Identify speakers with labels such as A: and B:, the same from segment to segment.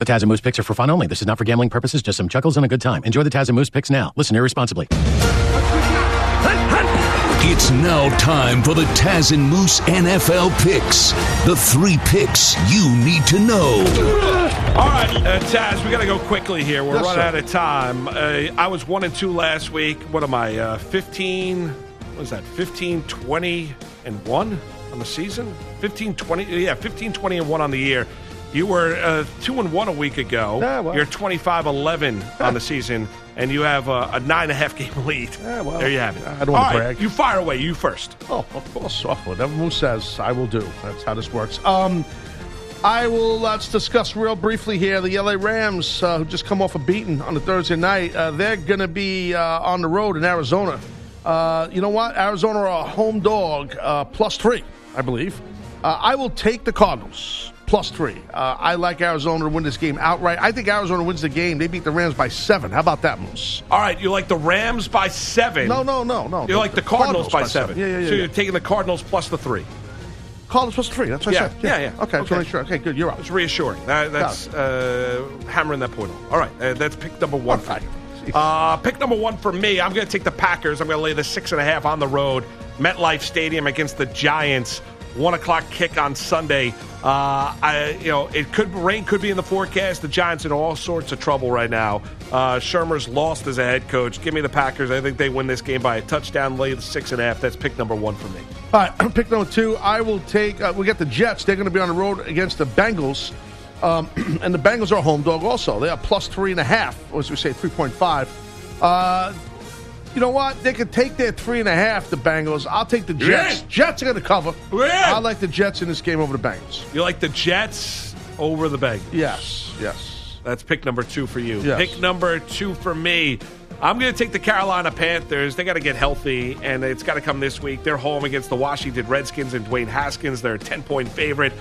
A: The Taz and Moose picks are for fun only. This is not for gambling purposes, just some chuckles and a good time. Enjoy the Taz and Moose picks now. Listen irresponsibly.
B: It's now time for the Taz and Moose NFL picks. The three picks you need to know.
C: All right, uh, Taz, we got to go quickly here. We're
D: Yes,
C: running
D: sir.
C: out of time. Uh, I was one and two last week. What am I? Uh, 15, what is that? 15, 20, and one on the season? 15, 20, yeah, 15, 20, and one on the year. You were uh, two and one a week ago.
D: Yeah, Ah, well.
C: You're 25, 11 on the season, and you have uh, a nine and a half game lead.
D: Yeah, Ah, well,
C: there you have it.
D: I don't wanna
C: All right,
D: brag.
C: you fire away. You first.
D: Oh, of course. Oh, whatever Moose says, I will do. That's how this works. Um, I will. uh, Let's discuss real briefly here the LA Rams, uh, who just come off a beating on a Thursday night. Uh, they're going to be uh, on the road in Arizona. Uh, you know what? Arizona are a home dog, uh, plus three, I believe. Uh, I will take the Cardinals plus three. Uh, I like Arizona to win this game outright. I think Arizona wins the game. They beat the Rams by seven. How about that, Moose?
C: All right, you like the Rams by seven.
D: No, no, no, no.
C: You like the Cardinals, by seven.
D: Yeah, yeah, yeah.
C: So
D: yeah.
C: you're taking the Cardinals plus the three.
D: Call us plus three. That's what
C: Yeah,
D: I said.
C: yeah, yeah.
D: Okay, okay. just
C: Okay.
D: wanna make sure. Okay, good. You're up.
C: It's reassuring. That, that's uh, hammering that point home. All right, uh, that's pick number one. for
D: All right.
C: you. Uh, pick number one for me. I'm going to take the Packers. I'm going to lay the six and a half on the road, MetLife Stadium against the Giants. One o'clock kick on Sunday. Uh, I, you know, it could rain could be in the forecast. The Giants in all sorts of trouble right now. Uh, Shermer's lost as a head coach. Give me the Packers. I think they win this game by a touchdown. Lay the six and a half. That's pick number one for me.
D: All right, pick number two. I will take. Uh, we got the Jets. They're going to be on the road against the Bengals, um, and the Bengals are home dog. Also, they are plus three and a half, or as we say, three point five. Uh, you know what? They could take their three and a half. The Bengals. I'll take the Jets.
C: Yeah.
D: Jets are going to cover.
C: Yeah.
D: I like the Jets in this game over the Bengals.
C: You like the Jets over the Bengals?
D: Yes. Yes.
C: That's pick number two for you.
D: Yes.
C: Pick number two for me. I'm going to take the Carolina Panthers. They got to get healthy, and it's got to come this week. They're home against the Washington Redskins and Dwayne Haskins. They're a 10 point favorite.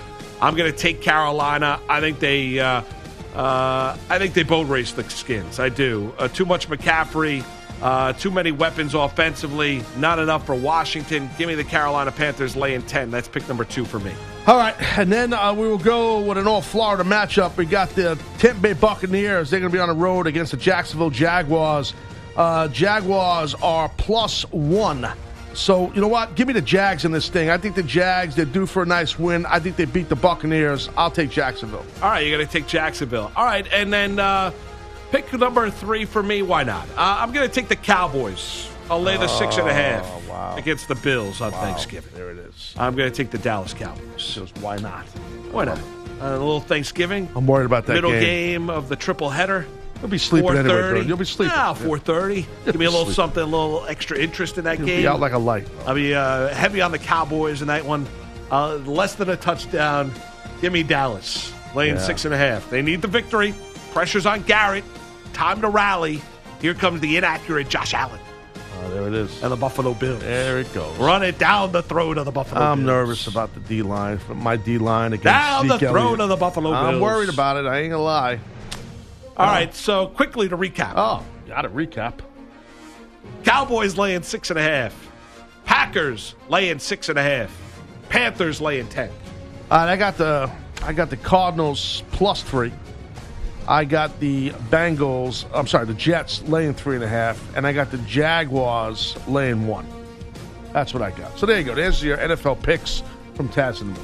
C: I'm going to take Carolina. I think they, uh, uh, I think they boat race the Skins. I do. Uh, too much McCaffrey. Uh, too many weapons offensively. Not enough for Washington. Give me the Carolina Panthers laying 10. That's pick number two for me.
D: All right, and then uh, we will go with an all Florida matchup. We got the Tampa Bay Buccaneers. They're going to be on the road against the Jacksonville Jaguars. Uh, Jaguars are plus one. So, you know what? Give me the Jags in this thing. I think the Jags, they're due for a nice win. I think they beat the Buccaneers. I'll take Jacksonville.
C: All right, you're going to take Jacksonville. All right, and then uh, pick number three for me. Why not? Uh, I'm going to take the Cowboys. I'll lay the six and a half against the Bills on Thanksgiving.
D: Oh, There it is.
C: I'm going to take the Dallas Cowboys.
D: Why not?
C: Why not? Uh, a little Thanksgiving,
D: I'm worried about that
C: middle
D: game.
C: game of the triple header.
D: You'll be sleeping anyway,
C: 4:30.
D: dude. You'll be sleeping.
C: Nah,
D: Yeah.
C: 4:30. Give me a little something, a little extra interest in that
D: You'll
C: game.
D: be out like a light.
C: I'll be uh, heavy on the Cowboys in that one. Uh, less than a touchdown. Give me Dallas. Laying six and a half. They need the victory. Pressure's on Garrett. Time to rally. Here comes the inaccurate Josh Allen
D: Oh, there it is.
C: and the Buffalo Bills.
D: There it goes.
C: Run it down the throat of the Buffalo
D: I'm
C: Bills.
D: nervous about the D line, my D line against
C: Down the
D: Zeke
C: throat
D: Elliott.
C: of the Buffalo Bills.
D: I'm worried about it. I ain't gonna lie.
C: All right, so quickly to recap.
D: Oh, got a recap.
C: Cowboys laying six and a half. Packers laying six and a half. Panthers laying ten.
D: All right, I got the I got the Cardinals plus three. I got the Bengals. I'm sorry, the Jets laying three and a half, and I got the Jaguars laying one. That's what I got. So there you go. There's your NFL picks from Taz and Moon.